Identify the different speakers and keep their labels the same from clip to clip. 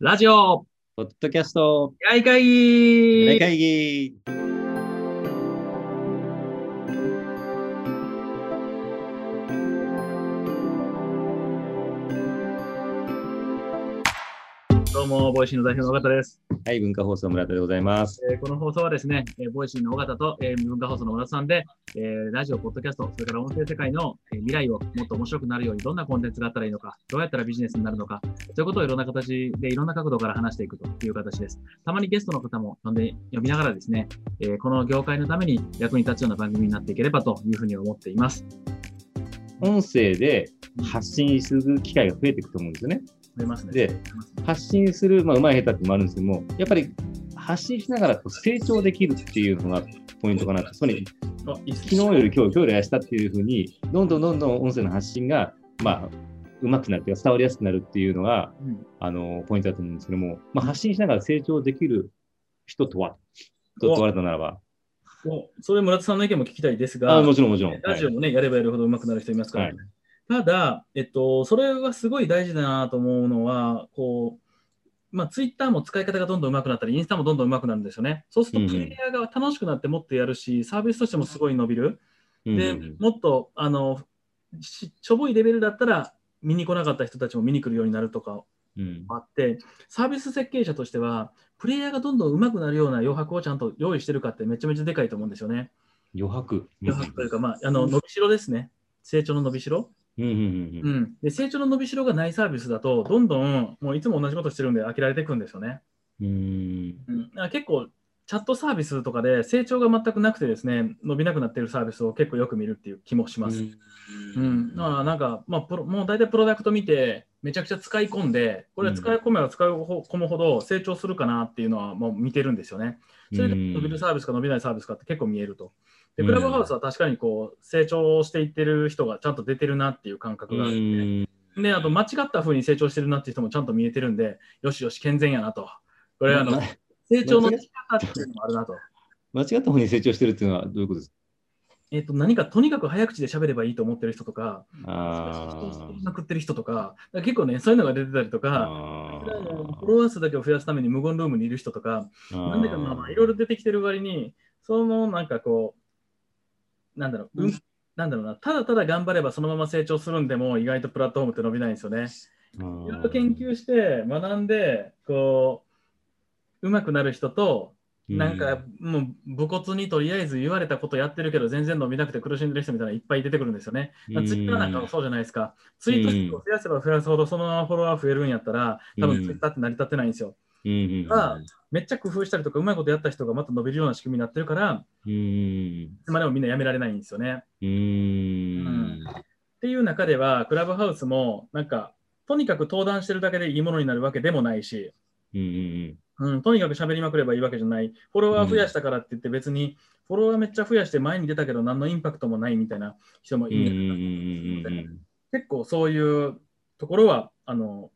Speaker 1: ラジオ
Speaker 2: ポッドキャスト、
Speaker 1: 八重会
Speaker 2: 大
Speaker 1: 議
Speaker 2: 会議。
Speaker 1: どうも、ボイシーの代表の尾形です、
Speaker 2: はい、文化放送村田でございます。
Speaker 1: えーこの放送はですね、えーボイシーの尾形と、えー文化放送の小田さんで、えーラジオ、ポッドキャスト、それから音声世界の、えー未来をもっと面白くなるようにどんなコンテンツがあったらいいのか、どうやったらビジネスになるのか、そういうことをいろんな形でいろんな角度から話していくという形です。たまにゲストの方も呼んで呼びながらですね、えーこの業界のために役に立つような番組になっていければというふうに思っています。
Speaker 2: 音声で発信する機会が増えていくと思うんですよね。
Speaker 1: 思いますね。
Speaker 2: で発信する、まあ、上手い下手ってのもあるんですけども、やっぱり発信しながらこう成長できるっていうのがポイントかなと。つまり、
Speaker 1: あいいっす
Speaker 2: 昨日より今日、今日より明日っていうふうに、どんどんどんどん音声の発信が、まあ、上手くなって、伝わりやすくなるっていうのが、
Speaker 1: うん
Speaker 2: あの、ポイントだと思うんですけども、まあ、発信しながら成長できる人とは、と問われたならば、
Speaker 1: おそれ村田さんの意見も聞きたいですが、
Speaker 2: あもちろんもちろん。
Speaker 1: ラジオもね、やればやるほど上手くなる人いますから、ねただ、えっと、それはすごい大事だなと思うのは、こう、まあ、ツイッターも使い方がどんどん上手くなったり、インスタもどんどん上手くなるんですよね。そうすると、
Speaker 2: うん
Speaker 1: プレイヤーが楽しくなってもっとやるし、サービスとしてもすごい伸びる。
Speaker 2: はい
Speaker 1: で
Speaker 2: うんうんうん、
Speaker 1: もっと、あの、ししょぼいレベルだったら、見に来なかった人たちも見に来るようになるとか
Speaker 2: うん
Speaker 1: あって、サービス設計者としては、プレイヤーがどんどん上手くなるような余白をちゃんと用意してるかってめちゃめちゃでかいと思うんですよね。
Speaker 2: 余白。
Speaker 1: 余白というか、まあ、あの伸びしろですね。成長の伸びしろ。
Speaker 2: うんうんうん
Speaker 1: う
Speaker 2: うん
Speaker 1: ん、で成長の伸びしろがないサービスだと、どんどんもういつも同じことしてるんで飽きられていくんですよね。
Speaker 2: うーん。
Speaker 1: うん、だから結構、チャットサービスとかで成長が全くなくてですね、伸びなくなっているサービスを結構よく見るっていう気もします。うんだからなんか、まあプロ、もう大体プロダクト見て、めちゃくちゃ使い込んで、これ使い込めば使い込むほど成長するかなっていうのはもう見てるんですよね。それで伸びるサービスか伸びないサービスかって結構見えると。で、
Speaker 2: うん
Speaker 1: クラブハウスは確かにこう成長していってる人がちゃんと出てるなっていう感覚があるんで、
Speaker 2: うん
Speaker 1: で、あと間違った風に成長してるなっていう人もちゃんと見えてるんで、よしよし、健全やなと。これはあの
Speaker 2: ま
Speaker 1: 成長の仕方っていうのもあるなと。
Speaker 2: 間違った方に成長してるっていうのはどういうことですか
Speaker 1: えっと、何かとにかく早口で喋ればいいと思ってる人とか、
Speaker 2: あー
Speaker 1: なくってる人とか、だから結構ね、そういうのが出てたりとか、
Speaker 2: あ
Speaker 1: フォ
Speaker 2: ー
Speaker 1: ロワー数だけを増やすために無言ルームにいる人とか、
Speaker 2: あ
Speaker 1: なんだかまあまあいろいろ出てきてる割に、そのなんかこう、なんだろう、うんなんだろうな、ただただ頑張ればそのまま成長するんでも、意外とプラットフォームって伸びないんですよね。いろいろ研究して、学んで、こう、うまくなる人と、なんかもう武骨にとりあえず言われたことやってるけど全然伸びなくて苦しんでる人みたいなのいっぱい出てくるんですよね。ツイ
Speaker 2: うん
Speaker 1: ッターなんかもそうじゃないですか。ツイート数を増やせば増やすほどそのままフォロワー増えるんやったら多
Speaker 2: う
Speaker 1: 分
Speaker 2: ん
Speaker 1: ツイッターって成り立ってないんですよ。
Speaker 2: うんうん
Speaker 1: がめっちゃ工夫したりとか、うまいことやった人がまた伸びるような仕組みになってるから、
Speaker 2: うん
Speaker 1: いつまでもみんなやめられないんですよね。
Speaker 2: うんうん
Speaker 1: っていう中では、クラブハウスも、なんか、とにかく登壇してるだけでいいものになるわけでもないし、
Speaker 2: うんうん
Speaker 1: うん、とにかく喋りまくればいいわけじゃない、フォロワー増やしたからって言って、別に、フォロワーめっちゃ増やして前に出たけど、何のインパクトもないみたいな人も
Speaker 2: うんう
Speaker 1: いる、
Speaker 2: んうん
Speaker 1: 結構そういうところは、あの、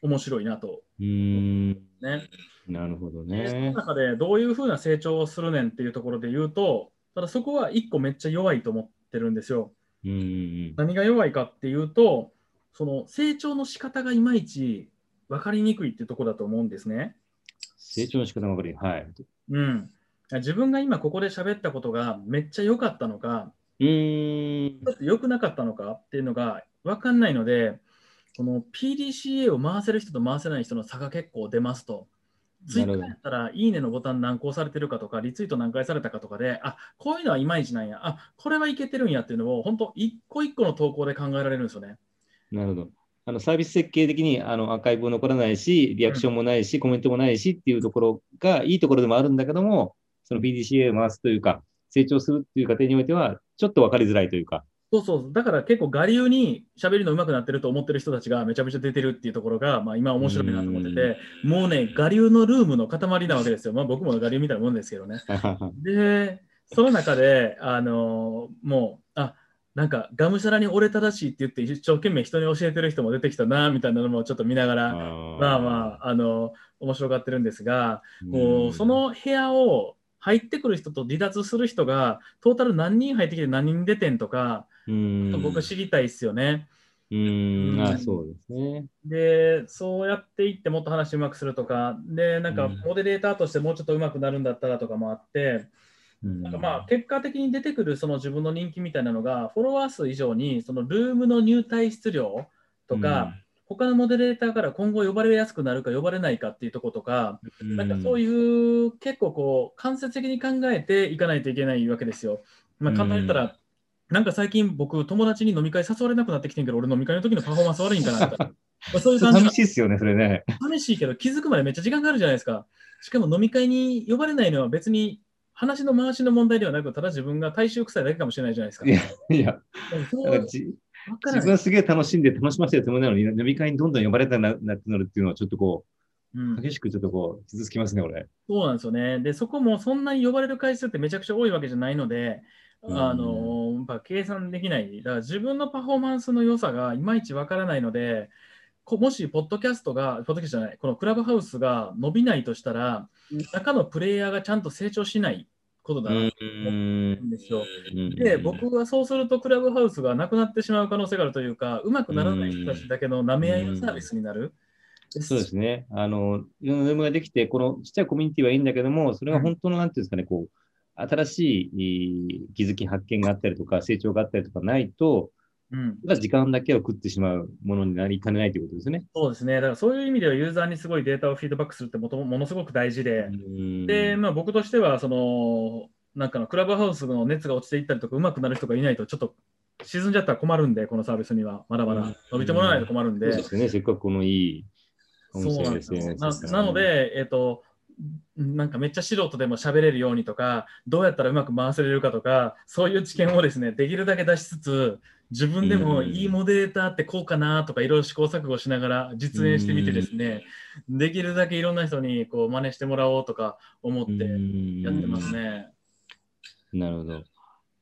Speaker 1: 面白いなと。
Speaker 2: うん
Speaker 1: ね、
Speaker 2: なるほど
Speaker 1: でその
Speaker 2: ね。
Speaker 1: 中でどういうふうな成長をするねんっていうところで言うと、ただそこは1個めっちゃ弱いと思ってるんですよ。
Speaker 2: うんうん
Speaker 1: 何が弱いかっていうと、その成長の仕方がいまいち分かりにくいっていうところだと思うんですね。
Speaker 2: 成長の仕方がわかりはい。
Speaker 1: うん。自分が今ここで喋ったことがめっちゃ良かったのか、ち
Speaker 2: うん
Speaker 1: ょっと良くなかったのかっていうのが分かんないので、この PDCA を回せる人と回せない人の差が結構出ますと。ツイ
Speaker 2: な
Speaker 1: ッタ
Speaker 2: る
Speaker 1: ー
Speaker 2: ほ
Speaker 1: やったら、いいねのボタン何個押されてるかとか、リツイート何回されたかとかで、あこういうのはいまいちなんや、あこれはいけてるんやっていうのを、本当、一個一個の投稿で考えられるんですよね。
Speaker 2: なるほど。あのサービス設計的にあのアーカイブも残らないし、リアクションもないし、コメントもないしっていうところがいいところでもあるんだけども、その PDCA を回すというか、成長するっていう過程においては、ちょっと分かりづらいという か。
Speaker 1: そうそう、だから結構、我流に喋るの上手くなってると思ってる人たちがめちゃめちゃ出てるっていうところが、まあ、今、面白いなと思ってて、もうね、我流のルームの塊なわけですよ。まあ、僕も我流みたいなもんですけどね。で、その中で、あのもう、あなんか、がむしゃらに俺正しいって言って、一生懸命人に教えてる人も出てきたな、みたいなのもちょっと見ながら、まあまあ、あの面白がってるんですが、こうそ、の部屋を入ってくる人と離脱する人が、トータル何人入ってきて何人出てんとか、
Speaker 2: うん
Speaker 1: 僕知りたいっすよね。
Speaker 2: うーん、あそうですね。
Speaker 1: で、そうやっていってもっと話うまくするとか、で、なんか
Speaker 2: うん
Speaker 1: モデレーターとしてもうちょっとうまくなるんだったらとかもあって、
Speaker 2: うん
Speaker 1: なんかまあ結果的に出てくるその自分の人気みたいなのが、フォロワー数以上に、そのルームの入退出量とか、、他のモデレーターから今後呼ばれやすくなるか呼ばれないかっていうとことか、
Speaker 2: うん
Speaker 1: なんかそういう結構こう間接的に考えていかないといけないわけですよ。まあ、簡単に言ったら、なんか最近僕友達に飲み会誘われなくなってきてんけど俺飲み会の時のパフォーマンス悪いんかな とかまあそういう感じ
Speaker 2: 寂
Speaker 1: が
Speaker 2: しいですよね、それね。
Speaker 1: 寂しいけど気づくまでめっちゃ時間があるじゃないですか。しかも飲み会に呼ばれないのは別に話の回しの問題ではなくただ自分が大衆臭いだけかもしれないじゃないですか。
Speaker 2: いや、いや、
Speaker 1: そう
Speaker 2: なんかじ
Speaker 1: わから
Speaker 2: 自
Speaker 1: な
Speaker 2: 分
Speaker 1: い
Speaker 2: はすげえ楽しんで楽しませてるつもりなのに、飲み会にどんどん呼ばれたななくなるっていうのは、ちょっとこ
Speaker 1: うん
Speaker 2: う、激しくちょっとこう、傷つきますね、俺。
Speaker 1: そうなんですよね。で、そこもそんなに呼ばれる回数ってめちゃくちゃ多いわけじゃないので、
Speaker 2: うん
Speaker 1: あのやっぱ計算できない、だから自分のパフォーマンスの良さがいまいちわからないので、こもし、ポッドキャストが、ポッドキャストじゃない、このクラブハウスが伸びないとしたら
Speaker 2: うん、
Speaker 1: 中のプレイヤーがちゃんと成長しないことだな。
Speaker 2: ん
Speaker 1: ですよ
Speaker 2: う
Speaker 1: で、
Speaker 2: ん
Speaker 1: 僕はそうすると、クラブハウスがなくなってしまう可能性があるというか、うまくならない人たちだけの舐め合いのサービスになる。
Speaker 2: そうですね。あの、いろんなルームができて、このちっちゃいコミュニティはいいんだけども、それが本当の、なんていうんですかね、こう、新しいいい気づき、発見があったりとか、成長があったりとかないと、
Speaker 1: うん
Speaker 2: ただ時間だけを食ってしまうものになりかねないということですね。
Speaker 1: そうですね、だからそういう意味ではユーザーにすごいデータをフィードバックするってもともものすごく大事で、で、まあ、僕としてはその、なんかのクラブハウスの熱が落ちていったりとか、うまくなる人がいないと、ちょっと沈んじゃったら困るんで、このサービスには、まだま
Speaker 2: う
Speaker 1: だ
Speaker 2: ん
Speaker 1: 伸びてもらわないと困るん
Speaker 2: そうで
Speaker 1: で、
Speaker 2: すね。せっかくこのいいお
Speaker 1: そう
Speaker 2: 店
Speaker 1: なん
Speaker 2: で
Speaker 1: です
Speaker 2: す
Speaker 1: よ
Speaker 2: ね。
Speaker 1: ななの、で、えっと、なんかめっちゃ素人でも喋れるようにとか、どうやったらうまく回せれるかとか、そういう知見をですね、できるだけ出しつつ、自分でも
Speaker 2: うん
Speaker 1: いいモデレーターってこうかなとか、いろいろ試行錯誤しながら実演してみてですね、できるだけいろんな人にこう真似してもらおうとか思ってや
Speaker 2: や
Speaker 1: ってます。ね。
Speaker 2: なるほど。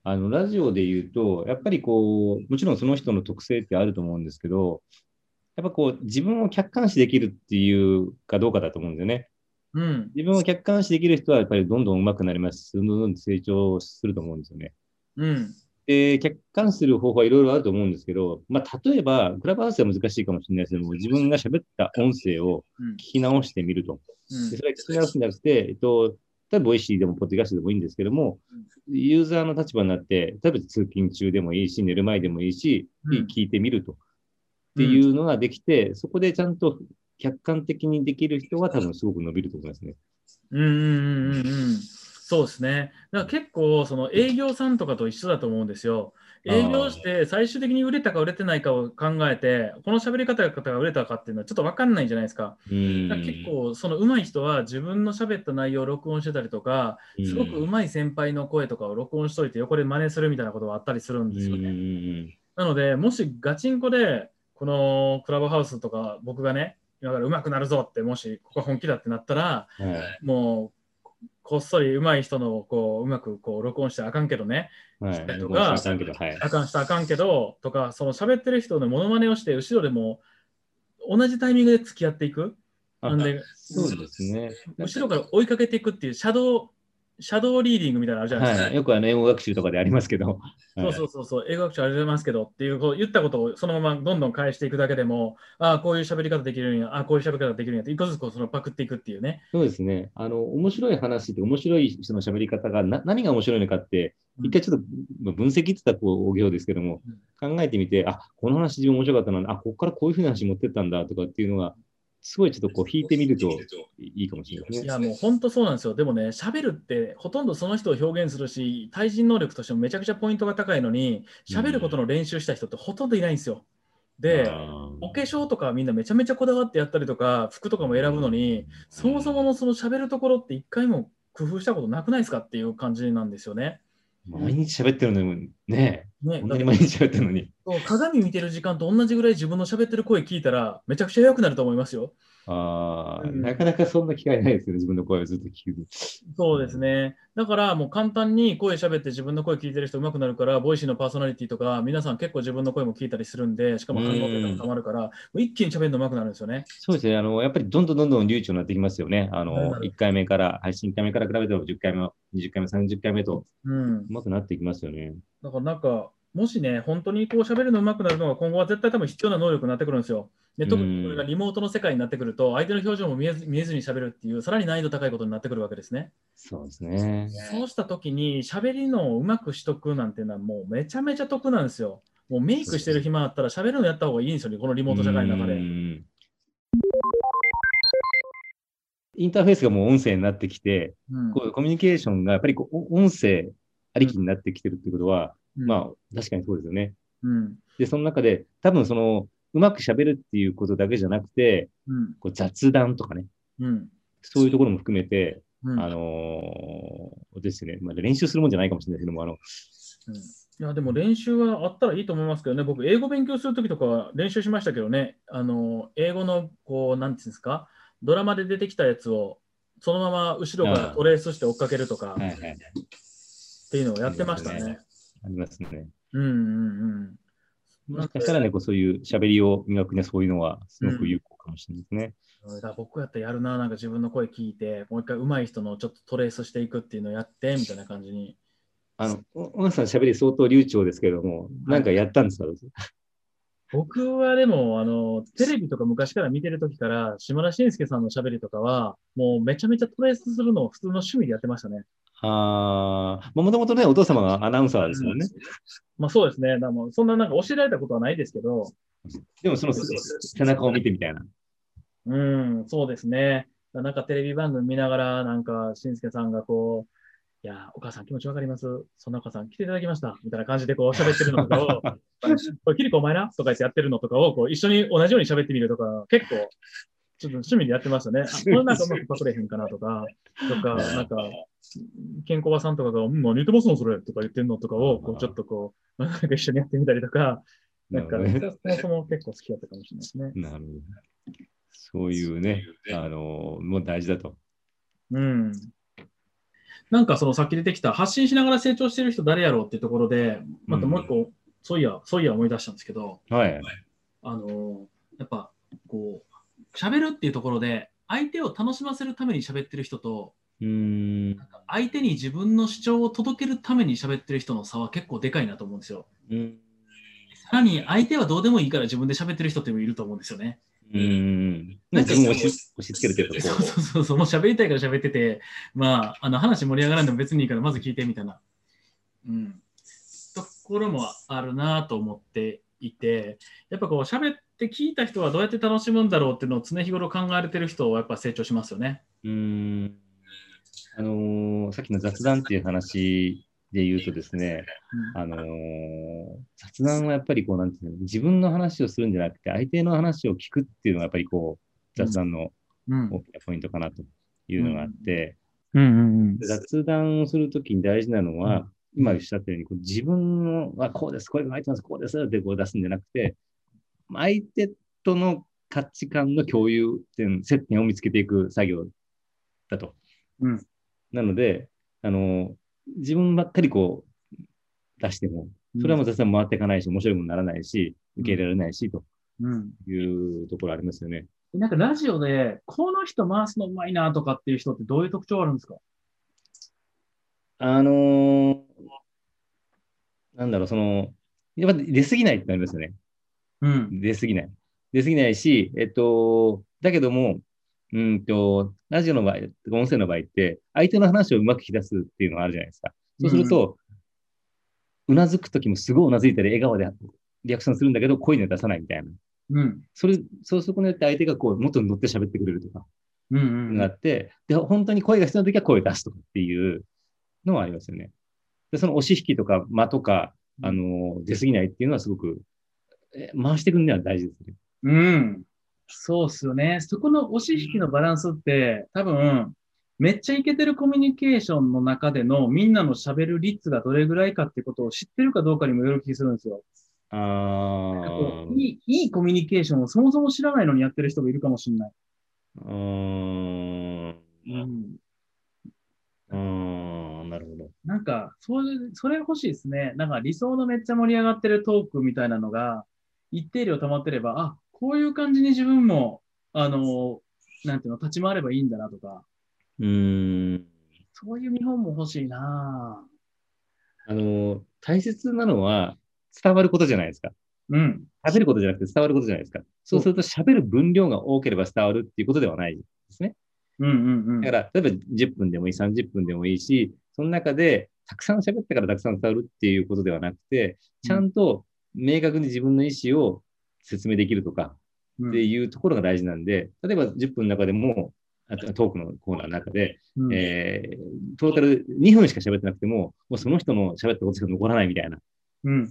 Speaker 2: あの、ラジオで言うと、やっぱりこう、もちろんその人の特性ってあると思うんですけど、やっぱこう、自分を客観視できるっていうかどうかだと思うんですよね。
Speaker 1: うん、
Speaker 2: 自分を客観視できる人はやっぱりどんどん上手くなりますし、どんどん成長すると思うんですよね。
Speaker 1: うん、
Speaker 2: で、客観視する方法はいろいろあると思うんですけど、まあ、例えば、クラブハウスは難しいかもしれないですけども、自分が喋った音声を
Speaker 1: うん
Speaker 2: 聞き直してみると。
Speaker 1: うん
Speaker 2: でそれは聞き直すんじゃなくて、えっと、例えばボイシーでもポッドキャストでもいいんですけども、ユーザーの立場になって、例えば通勤中でもいいし、寝る前でもいいし、
Speaker 1: うん
Speaker 2: 聞いてみると。っていうのができて、そこでちゃんと客観的にできる人は多分すごく伸びると思いますね。
Speaker 1: うんうんうんうんうん。そうですね。だから結構、その営業さんとかと一緒だと思うんですよ。営業して最終的に売れたか売れてないかを考えて、この喋り方が売れたかっていうのはちょっと分かんないじゃないですか。だから結構、その上手い人は自分の喋った内容を録音してたりとか、すごく上手い先輩の声とかを録音しといて横で真似するみたいなことがあったりするん
Speaker 2: うん
Speaker 1: ですよね。
Speaker 2: ね。
Speaker 1: なので、もしガチンコで、このクラブハウスとか僕がね、だから上手くなるぞって、もしここ本気だってなったら、
Speaker 2: はい
Speaker 1: もうこっそり上手い人のこううまくこう録音してあかんけどね、
Speaker 2: は
Speaker 1: した
Speaker 2: い。
Speaker 1: りと
Speaker 2: 僕
Speaker 1: か
Speaker 2: もしましたけどはい。
Speaker 1: あかんしたあかんけどとか、その喋ってる人のモノマネをして、後ろでも同じタイミングで付き合っていく、なんで
Speaker 2: そうですね。
Speaker 1: 後ろから追いかけていくっていう、シャドウ、シャドウリーディングみたいなのあるじゃないですか。
Speaker 2: はい。よくあの英語学習とかでありますけど。
Speaker 1: そうそうそうそう、英語学習ありがとうございますけどっていう、こう言ったことをそのままどんどん返していくだけでも、ああ、こういう喋り方できるんや、ああ、こういう喋り方できるんやって、一個ずつこうそのパクっていくっていうね。
Speaker 2: そうですね。あの、面白い話って面白い人の喋り方がな、何が面白いのかって、
Speaker 1: うん
Speaker 2: 一回ちょっとまあ分析って言ったらこう、大行ですけども、考えてみて、あ、この話自分面白かったな、あ、ここからこういうふうな話持ってったんだとかっていうのが、すごいちょっとこう引いてみるといいかもしれないです
Speaker 1: い
Speaker 2: ね。
Speaker 1: やもう本当そうなんですよ。でもね、喋るってほとんどその人を表現するし、対人能力としてもめちゃくちゃポイントが高いのに、喋ることの練習した人ってほとんどいないんですよ。で、お化粧とかみんなめちゃめちゃこだわってやったりとか、服とかも選ぶのに、そもそものその喋るところって一回も工夫したことなくないですかっていう感じなんですよね。
Speaker 2: 毎日喋ってるのに、ね
Speaker 1: ね
Speaker 2: こんなに毎日喋ってるのに。
Speaker 1: そう鏡見てる時間と同じぐらい自分の喋ってる声聞いたら、めちゃくちゃ良くなると思いますよ。
Speaker 2: ああ、
Speaker 1: うん
Speaker 2: なかなかそんな機会ないですよね、自分の声をずっと聞く。
Speaker 1: そうですね。だからもう簡単に声喋って自分の声聞いてる人上手くなるから、ボイシーのパーソナリティとか、皆さん結構自分の声も聞いたりするんで、しかも反応とかもたまるから、もう一気に喋るの上手くなるんですよね。
Speaker 2: そうですね。あの、やっぱりどんどんどんどん流暢になってきますよね。
Speaker 1: な
Speaker 2: あ
Speaker 1: る
Speaker 2: の
Speaker 1: な、る
Speaker 2: 1回目から、配信1回目から比べても10回目、20回目、30回目と、
Speaker 1: うん。
Speaker 2: うまくなっていきますよね。
Speaker 1: だからなんか、もしね、本当にこう喋るの上手くなるのが今後は絶対多分必要な能力になってくるんですよ。で特にこれがリモートの世界になってくると、相手の表情も見えず見えずに喋るっていう、さらに難易度高いことになってくるわけですね。
Speaker 2: そうですね。
Speaker 1: そうした時に、喋りのをうまくしとくなんていうのは、もうめちゃめちゃ得なんですよ。もうメイクしてる暇あったら、喋るのやった方がいいんですよね、このリモート社会の中
Speaker 2: う
Speaker 1: で。
Speaker 2: んインターフェースがもう音声になってきて、
Speaker 1: うん
Speaker 2: こうコミュニケーションがやっぱりこうお音声ありきになってきてるってことは、
Speaker 1: うん
Speaker 2: まあ確かにそうですよね。
Speaker 1: うん
Speaker 2: で、その中で多分そのうまく喋るっていうことだけじゃなくて、
Speaker 1: うん
Speaker 2: こう雑談とかね、
Speaker 1: うん
Speaker 2: そういうところも含めて、
Speaker 1: うん
Speaker 2: あのーですね、まあ、練習するもんじゃないかもしれないけども、あの、
Speaker 1: うんいやでも練習はあったらいいと思いますけどね、僕、英語勉強するときとかは練習しましたけどね、あの英語のこう、なんていうんですか、ドラマで出てきたやつを、そのまま後ろからトレースして追っかけるとか
Speaker 2: はいはい、
Speaker 1: っていうのをやってましたね。
Speaker 2: ありますね。
Speaker 1: うんうんうん。
Speaker 2: もしかしたらね、こうそういう喋りを磨くにはそういうのはすごく有効かもしれないですね。
Speaker 1: だから僕やったらやるな、なんか自分の声聞いて、もう一回上手い人のちょっとトレースしていくっていうのをやって、みたいな感じに。
Speaker 2: あの、おなさん喋り相当流暢ですけれども、なんかやったんですか、
Speaker 1: 僕はでも、あの、テレビとか昔から見てるときから、島田紳介さんの喋りとかは、もうめちゃめちゃトレースするのを普通の趣味でやってましたね。
Speaker 2: ああ、もともとね、お父様がアナウンサーですよね。
Speaker 1: まあそうですね。だからもうそんななんか教えられたことはないですけど、
Speaker 2: でもそのす背中を見てみたいな。
Speaker 1: うん、そうですね。だからなんかテレビ番組見ながら、なんか紳介さんがこう、いや、お母さん気持ちわかります。そんなお母さん来ていただきました。みたいな感じでこう喋ってるのとかを、これキリコお前なとか言ってやってるのとかをこう一緒に同じように喋ってみるとか、結構、ちょっと趣味でやってましたね。あこれなんかうまくパクれへんかなとか、とか、なんか、健康場さんとかが、うん、何言ってますのそれとか言ってんのとかを、こうちょっとこう、なんか一緒にやってみたりとか、なんか、
Speaker 2: なるほどね
Speaker 1: そもそも結構好きだったかもしれないですね。
Speaker 2: なるほど。そういうね、あの、もう大事だと。
Speaker 1: うん。なんかそのさっき出てきた発信しながら成長してる人誰やろうっていうところで、またもう一個、そういや、そういや思い出したんですけど、
Speaker 2: はい。
Speaker 1: あのーやっぱこう、喋るっていうところで、相手を楽しませるために喋ってる人と、
Speaker 2: うーん。
Speaker 1: 相手に自分の主張を届けるために喋ってる人の差は結構でかいなと思うんですよ。
Speaker 2: うん。
Speaker 1: さらに相手はどうでもいいから自分で喋ってる人っていうのもいると思うんですよね。
Speaker 2: うん。なんか自分を押し押し付けるというか、
Speaker 1: そう
Speaker 2: こ
Speaker 1: そうそうそう、もう喋りたいから喋ってて、まあ、あの話盛り上がらんでも別にいいから、まず聞いてみたいな、うん、ところもあるなと思っていて、やっぱこう、喋って聞いた人はどうやって楽しむんだろうっていうのを常日頃考えてる人はやっぱ成長しますよね。
Speaker 2: う。うーん。あのーさっきの雑談っていう話で言うとですね、あのー雑談はやっぱりこう、なんていうの、自分の話をするんじゃなくて、相手の話を聞くっていうのがやっぱりこう、雑談の
Speaker 1: うん。うん
Speaker 2: 大きなポイントかなというのがあって、
Speaker 1: うん
Speaker 2: で雑談をするときに大事なのは、今おっしゃったように、こう自分の、あ、こうです、これが入ってます、こうですってこう出すんじゃなくて、相手との価値観の共有点、接点を見つけていく作業だと。
Speaker 1: うん
Speaker 2: なので、あの、自分ばっかりこう出しても、それはもう雑談回っていかないし、面白いものにならないし、受け入れられないし、と
Speaker 1: うん。
Speaker 2: いうところありますよね。
Speaker 1: なんかラジオで、この人回すのうまいなとかっていう人ってどういう特徴あるんですか
Speaker 2: あのーなんだろう、その、やっぱ出過ぎないってなりますよね。
Speaker 1: うん。
Speaker 2: 出過ぎない。出過ぎないし、えっと、だけども、うんと、ラジオの場合、音声の場合って、相手の話をうまく引き出すっていうのがあるじゃないですか。そうすると、うなずくときもすごいうなずいたり、笑顔でリアクションするんだけど、声には出さないみたいな。
Speaker 1: うん。
Speaker 2: それ、そうすることによって相手がこう、もっと乗って喋ってくれるとか、
Speaker 1: うん。う
Speaker 2: があ
Speaker 1: ん。
Speaker 2: って、で、本当に声が必要な時は声を出すとかっていうのはありますよね。で、その押し引きとか間とか、あの、出過ぎないっていうのはすごく、え回していくのは大事ですね。
Speaker 1: うん。そうっすよね。そこの押し引きのバランスって、多分、めっちゃイケてるコミュニケーションの中でのみんなの喋る率がどれぐらいかってことを知ってるかどうかにもよる気するんですよ。
Speaker 2: あ
Speaker 1: こういいいいコミュニケーションをそもそも知らないのにやってる人もいるかもしれない。
Speaker 2: あ、うん、
Speaker 1: うん、
Speaker 2: うん、なるほど。
Speaker 1: なんかそういう、それ欲しいですね。なんか理想のめっちゃ盛り上がってるトークみたいなのが、一定量溜まってれば、あ、こういう感じに自分も、あの、なんていうの、立ち回ればいいんだなとか、
Speaker 2: うん。
Speaker 1: そういう見本も欲しいなぁ。
Speaker 2: あの、大切なのは、伝わることじゃないですか。
Speaker 1: うん。
Speaker 2: 喋ることじゃなくて伝わることじゃないですか。そうすると喋る分量が多ければ伝わるっていうことではないですね。
Speaker 1: うんうんうん。
Speaker 2: だから、例えば10分でもいい、30分でもいいし、その中でたくさん喋ったからたくさん伝わるっていうことではなくて、ちゃんと明確に自分の意思を説明できるとか
Speaker 1: うん、
Speaker 2: っていうところが大事なんで、例えば10分の中でも、あとトークのコーナーの中で、
Speaker 1: うん
Speaker 2: えートータル2分しか喋ってなくても、もうその人の喋ったことしか残らないみたいな、
Speaker 1: うん。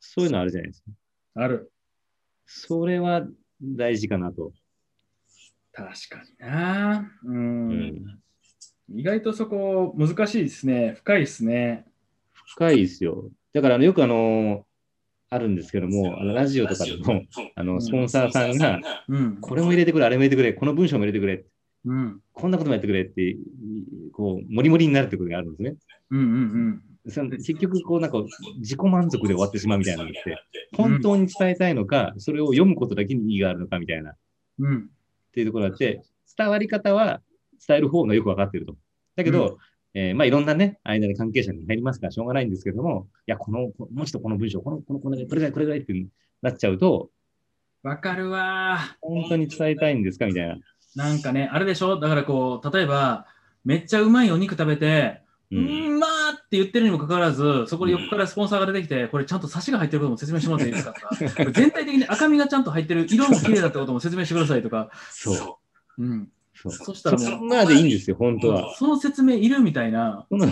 Speaker 2: そういうのあるじゃないですか。
Speaker 1: ある。
Speaker 2: それは大事かなと。
Speaker 1: 確かにな。うん。
Speaker 2: うん
Speaker 1: 意外とそこ難しいですね。深いですね。
Speaker 2: 深いですよ。だから、あのよくあの、あるんですけども、あのラジオとかでも、あ
Speaker 1: う
Speaker 2: の、
Speaker 1: ん
Speaker 2: スポンサーさんが、
Speaker 1: うん。
Speaker 2: これも入れてくれ、あれも入れてくれ、この文章も入れてくれ、
Speaker 1: うん。
Speaker 2: こんなこともやってくれって、いこう、もりもりになるってことがあるんですね。
Speaker 1: うんうん
Speaker 2: その結局、こう、なんか、自己満足で終わってしまうみたいなのがあって、本当に伝えたいのか、それを読むことだけに意義があるのかみたいな、っ
Speaker 1: うん。うん。
Speaker 2: ていうところがあって、伝わり方は伝える方がよくわかってると。だけど、えーまあ、いろんなね、間に関係者に入りますから、しょうがないんですけども、いや、この、こもうちょっとこの文章、この、この、この、これぐらい、これぐらいってなっちゃうと、
Speaker 1: わかるわー。
Speaker 2: 本当に伝えたいんですかみたいな。
Speaker 1: なんかね、あれでしょだからこう、例えば、めっちゃうまいお肉食べて、う、
Speaker 2: うん
Speaker 1: まーって言ってるにもかかわらず、そこで横からスポンサーが出てきて、これちゃんとサシが入ってることも説明してもらっていいですかとか、 全体的に赤みがちゃんと入ってる、色も綺麗だってことも説明してくださいとか、
Speaker 2: そう。
Speaker 1: うん、
Speaker 2: そう。
Speaker 1: そしたらもう
Speaker 2: そこまでいいんですよ、本当は。
Speaker 1: その説明いるみたいな、
Speaker 2: その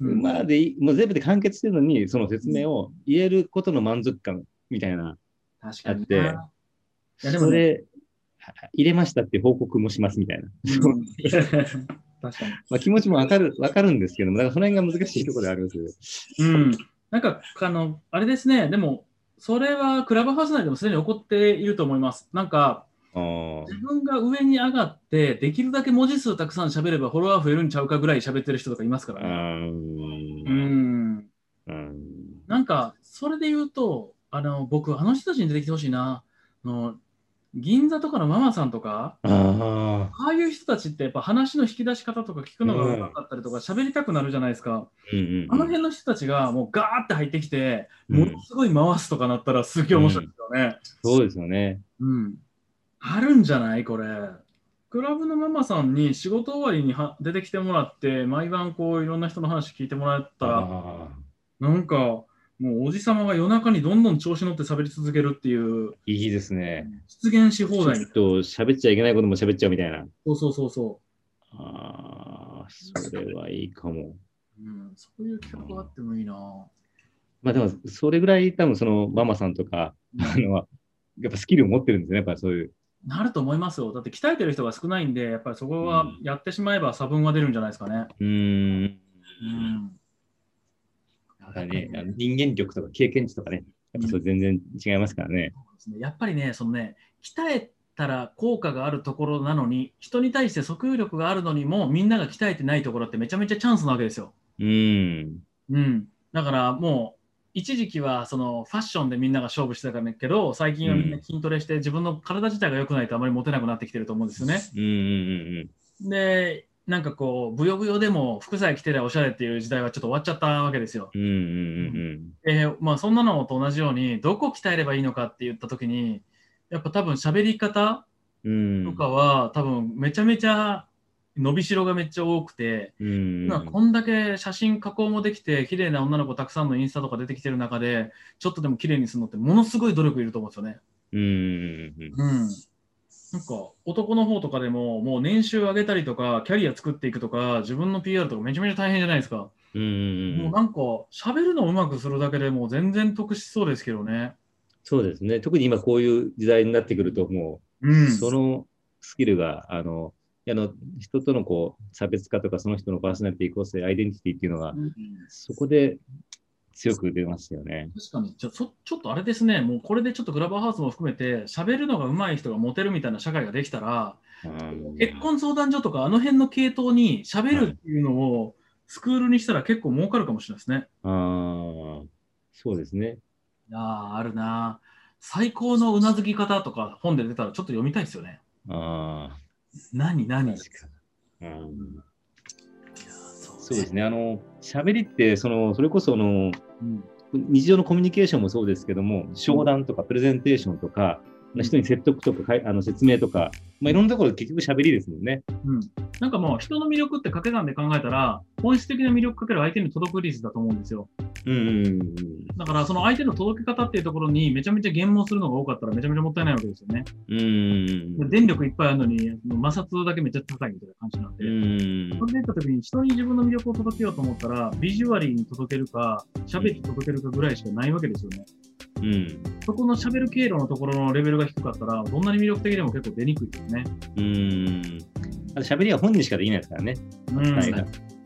Speaker 1: うん
Speaker 2: まあでいい、もう全部で完結してるのに、その説明を言えることの満足感みたいな、
Speaker 1: 確かに
Speaker 2: だ
Speaker 1: な。
Speaker 2: っ
Speaker 1: い
Speaker 2: て
Speaker 1: やでも
Speaker 2: そ
Speaker 1: ね、
Speaker 2: れ、は入れましたって報告もしますみたいな。
Speaker 1: うん確かに。
Speaker 2: まあ、気持ちもわかる、わかるんですけども、だからその辺が難しいところではありますけど。
Speaker 1: うん、なんかあの、あれですね、でも、それはクラブハウス内でもすでに起こっていると思います。なんか、
Speaker 2: あ
Speaker 1: 自分が上に上がって、できるだけ文字数たくさん喋ればフォロワー増えるんちゃうかぐらい喋ってる人とかいますか
Speaker 2: ー
Speaker 1: ら
Speaker 2: う
Speaker 1: ね。
Speaker 2: ー。
Speaker 1: うんん。
Speaker 2: うん
Speaker 1: なんか、それで言うと、あの、僕、あの人たちに出てきてほしいな。あの銀座とかのママさんとか、
Speaker 2: ああ。
Speaker 1: ああいう人たちってやっぱ話の引き出し方とか聞くのが上手かったりとか、喋りたくなるじゃないですか。
Speaker 2: うんうんうん
Speaker 1: あの辺の人たちがもうガーって入ってきて、
Speaker 2: うん
Speaker 1: ものすごい回すとかなったらすげえ面白いですよね。
Speaker 2: そうですよね。
Speaker 1: うん。あるんじゃないこれ。クラブのママさんに仕事終わりには出てきてもらって、毎晩こういろんな人の話聞いてもらったら、
Speaker 2: ああ。
Speaker 1: なんかもうおじさまが夜中にどんどん調子乗って喋り続けるっていう、
Speaker 2: いいですね。
Speaker 1: 出現し
Speaker 2: ち
Speaker 1: 放
Speaker 2: ょっ
Speaker 1: 題みたい
Speaker 2: と喋っちゃいけないことも喋っちゃうみたいな。
Speaker 1: な。そうそうそうそ
Speaker 2: ああ、それはいいかも。
Speaker 1: う。うん、そういう企画があってもいいな。
Speaker 2: まあでも、それぐらい多分そのママさんとか、あの、やっぱスキルを持ってるんですね。やっぱそういう。
Speaker 1: なると思いますよ。だって鍛えてる人が少ないんで、やっぱりそこは
Speaker 2: うん
Speaker 1: やってしまえば差分は出るんじゃないですかね。
Speaker 2: うーん。
Speaker 1: うん。
Speaker 2: だからね、あの人間力とか経験値とかね、やっぱそれ全然違いますからね。
Speaker 1: そうですねやっぱりね、そのね、鍛えたら効果があるところなのに、人に対して訴求力があるのにも、みんなが鍛えてないところってめちゃめちゃチャンスなわけですよ。
Speaker 2: うん。
Speaker 1: うん。だからもう、一時期はそのファッションでみんなが勝負してたからけど、最近はみんな筋トレして、自分の体自体が良くないとあまりモテなくなってきてると思うんですよね。
Speaker 2: うんうん
Speaker 1: で、なんかこう、ぶよぶよでも服さえ着てりゃおしゃれっていう時代はちょっと終わっちゃったわけですよ。
Speaker 2: うんうん。うんうんうん
Speaker 1: えーまあ、そんなのと同じように、どこ鍛えればいいのかって言った時に、やっぱ多分喋り方
Speaker 2: うん。
Speaker 1: とかは多分めちゃめちゃ伸びしろがめっちゃ多くて、
Speaker 2: うんうん
Speaker 1: 今こんだけ写真加工もできて綺麗な女の子たくさんのインスタとか出てきてる中でちょっとでも綺麗にするのってものすごい努力いると思うんですよね。
Speaker 2: うんうんうんうん。
Speaker 1: うんなんか男の方とかでももう年収上げたりとかキャリア作っていくとか自分の PR とかめちゃめちゃ大変じゃないですか、
Speaker 2: うんうんう、
Speaker 1: もうんなんか喋るのうまくするだけでもう全然得しそうですけどね
Speaker 2: そうですね。特に今こういう時代になってくると、も
Speaker 1: う
Speaker 2: う、
Speaker 1: ん
Speaker 2: そのスキルが、あの、あの人とのこう差別化とか、その人のパーソナリティ構成、アイデンティティっていうのが、
Speaker 1: うん
Speaker 2: そこで強く出ますよね。
Speaker 1: 確かにちょそちょっとあれですね、もうこれでちょっとクラブハウスも含めて、喋るのが上手い人がモテるみたいな社会ができたら、
Speaker 2: うん
Speaker 1: 結婚相談所とか、あの辺の系統に喋るっていうのをスクールにしたら結構儲かるかもしれないですね。
Speaker 2: ああ、そうですね。
Speaker 1: いやーあるなー。最高のうなずき方とか本で出たらちょっと読みたいですよね。
Speaker 2: ああ、
Speaker 1: 何、何。
Speaker 2: 確かに。う
Speaker 1: い
Speaker 2: ん
Speaker 1: やーそう
Speaker 2: そうですね。あの、喋りって、その、それこそ、あの、
Speaker 1: うん
Speaker 2: 日常のコミュニケーションもそうですけども、商談とかプレゼンテーションとか、人に説得とかかいあの説明とか、まあ、いろんなところで結局喋りですもんね。
Speaker 1: うん、なんかもう人の魅力って掛け算で考えたら、本質的な魅力かける相手に届く率だと思うんですよ。
Speaker 2: うん。
Speaker 1: だからその相手の届け方っていうところにめちゃめちゃ言問するのが多かったらめちゃめちゃもったいないわけですよね。
Speaker 2: うん。
Speaker 1: で電力いっぱいあるのに摩擦だけめっちゃ高いみたいな感じなんで。
Speaker 2: うん
Speaker 1: それでいった時に人に自分の魅力を届けようと思ったら、ビジュアリーに届けるか、喋って届けるかぐらいしかないわけですよね。
Speaker 2: うん。
Speaker 1: そこの喋る経路のところのレベルが低かったら、どんなに魅力的でも結構出にくいですね。
Speaker 2: うん。あと喋りは本人しかできないですからね。
Speaker 1: うん
Speaker 2: はいはい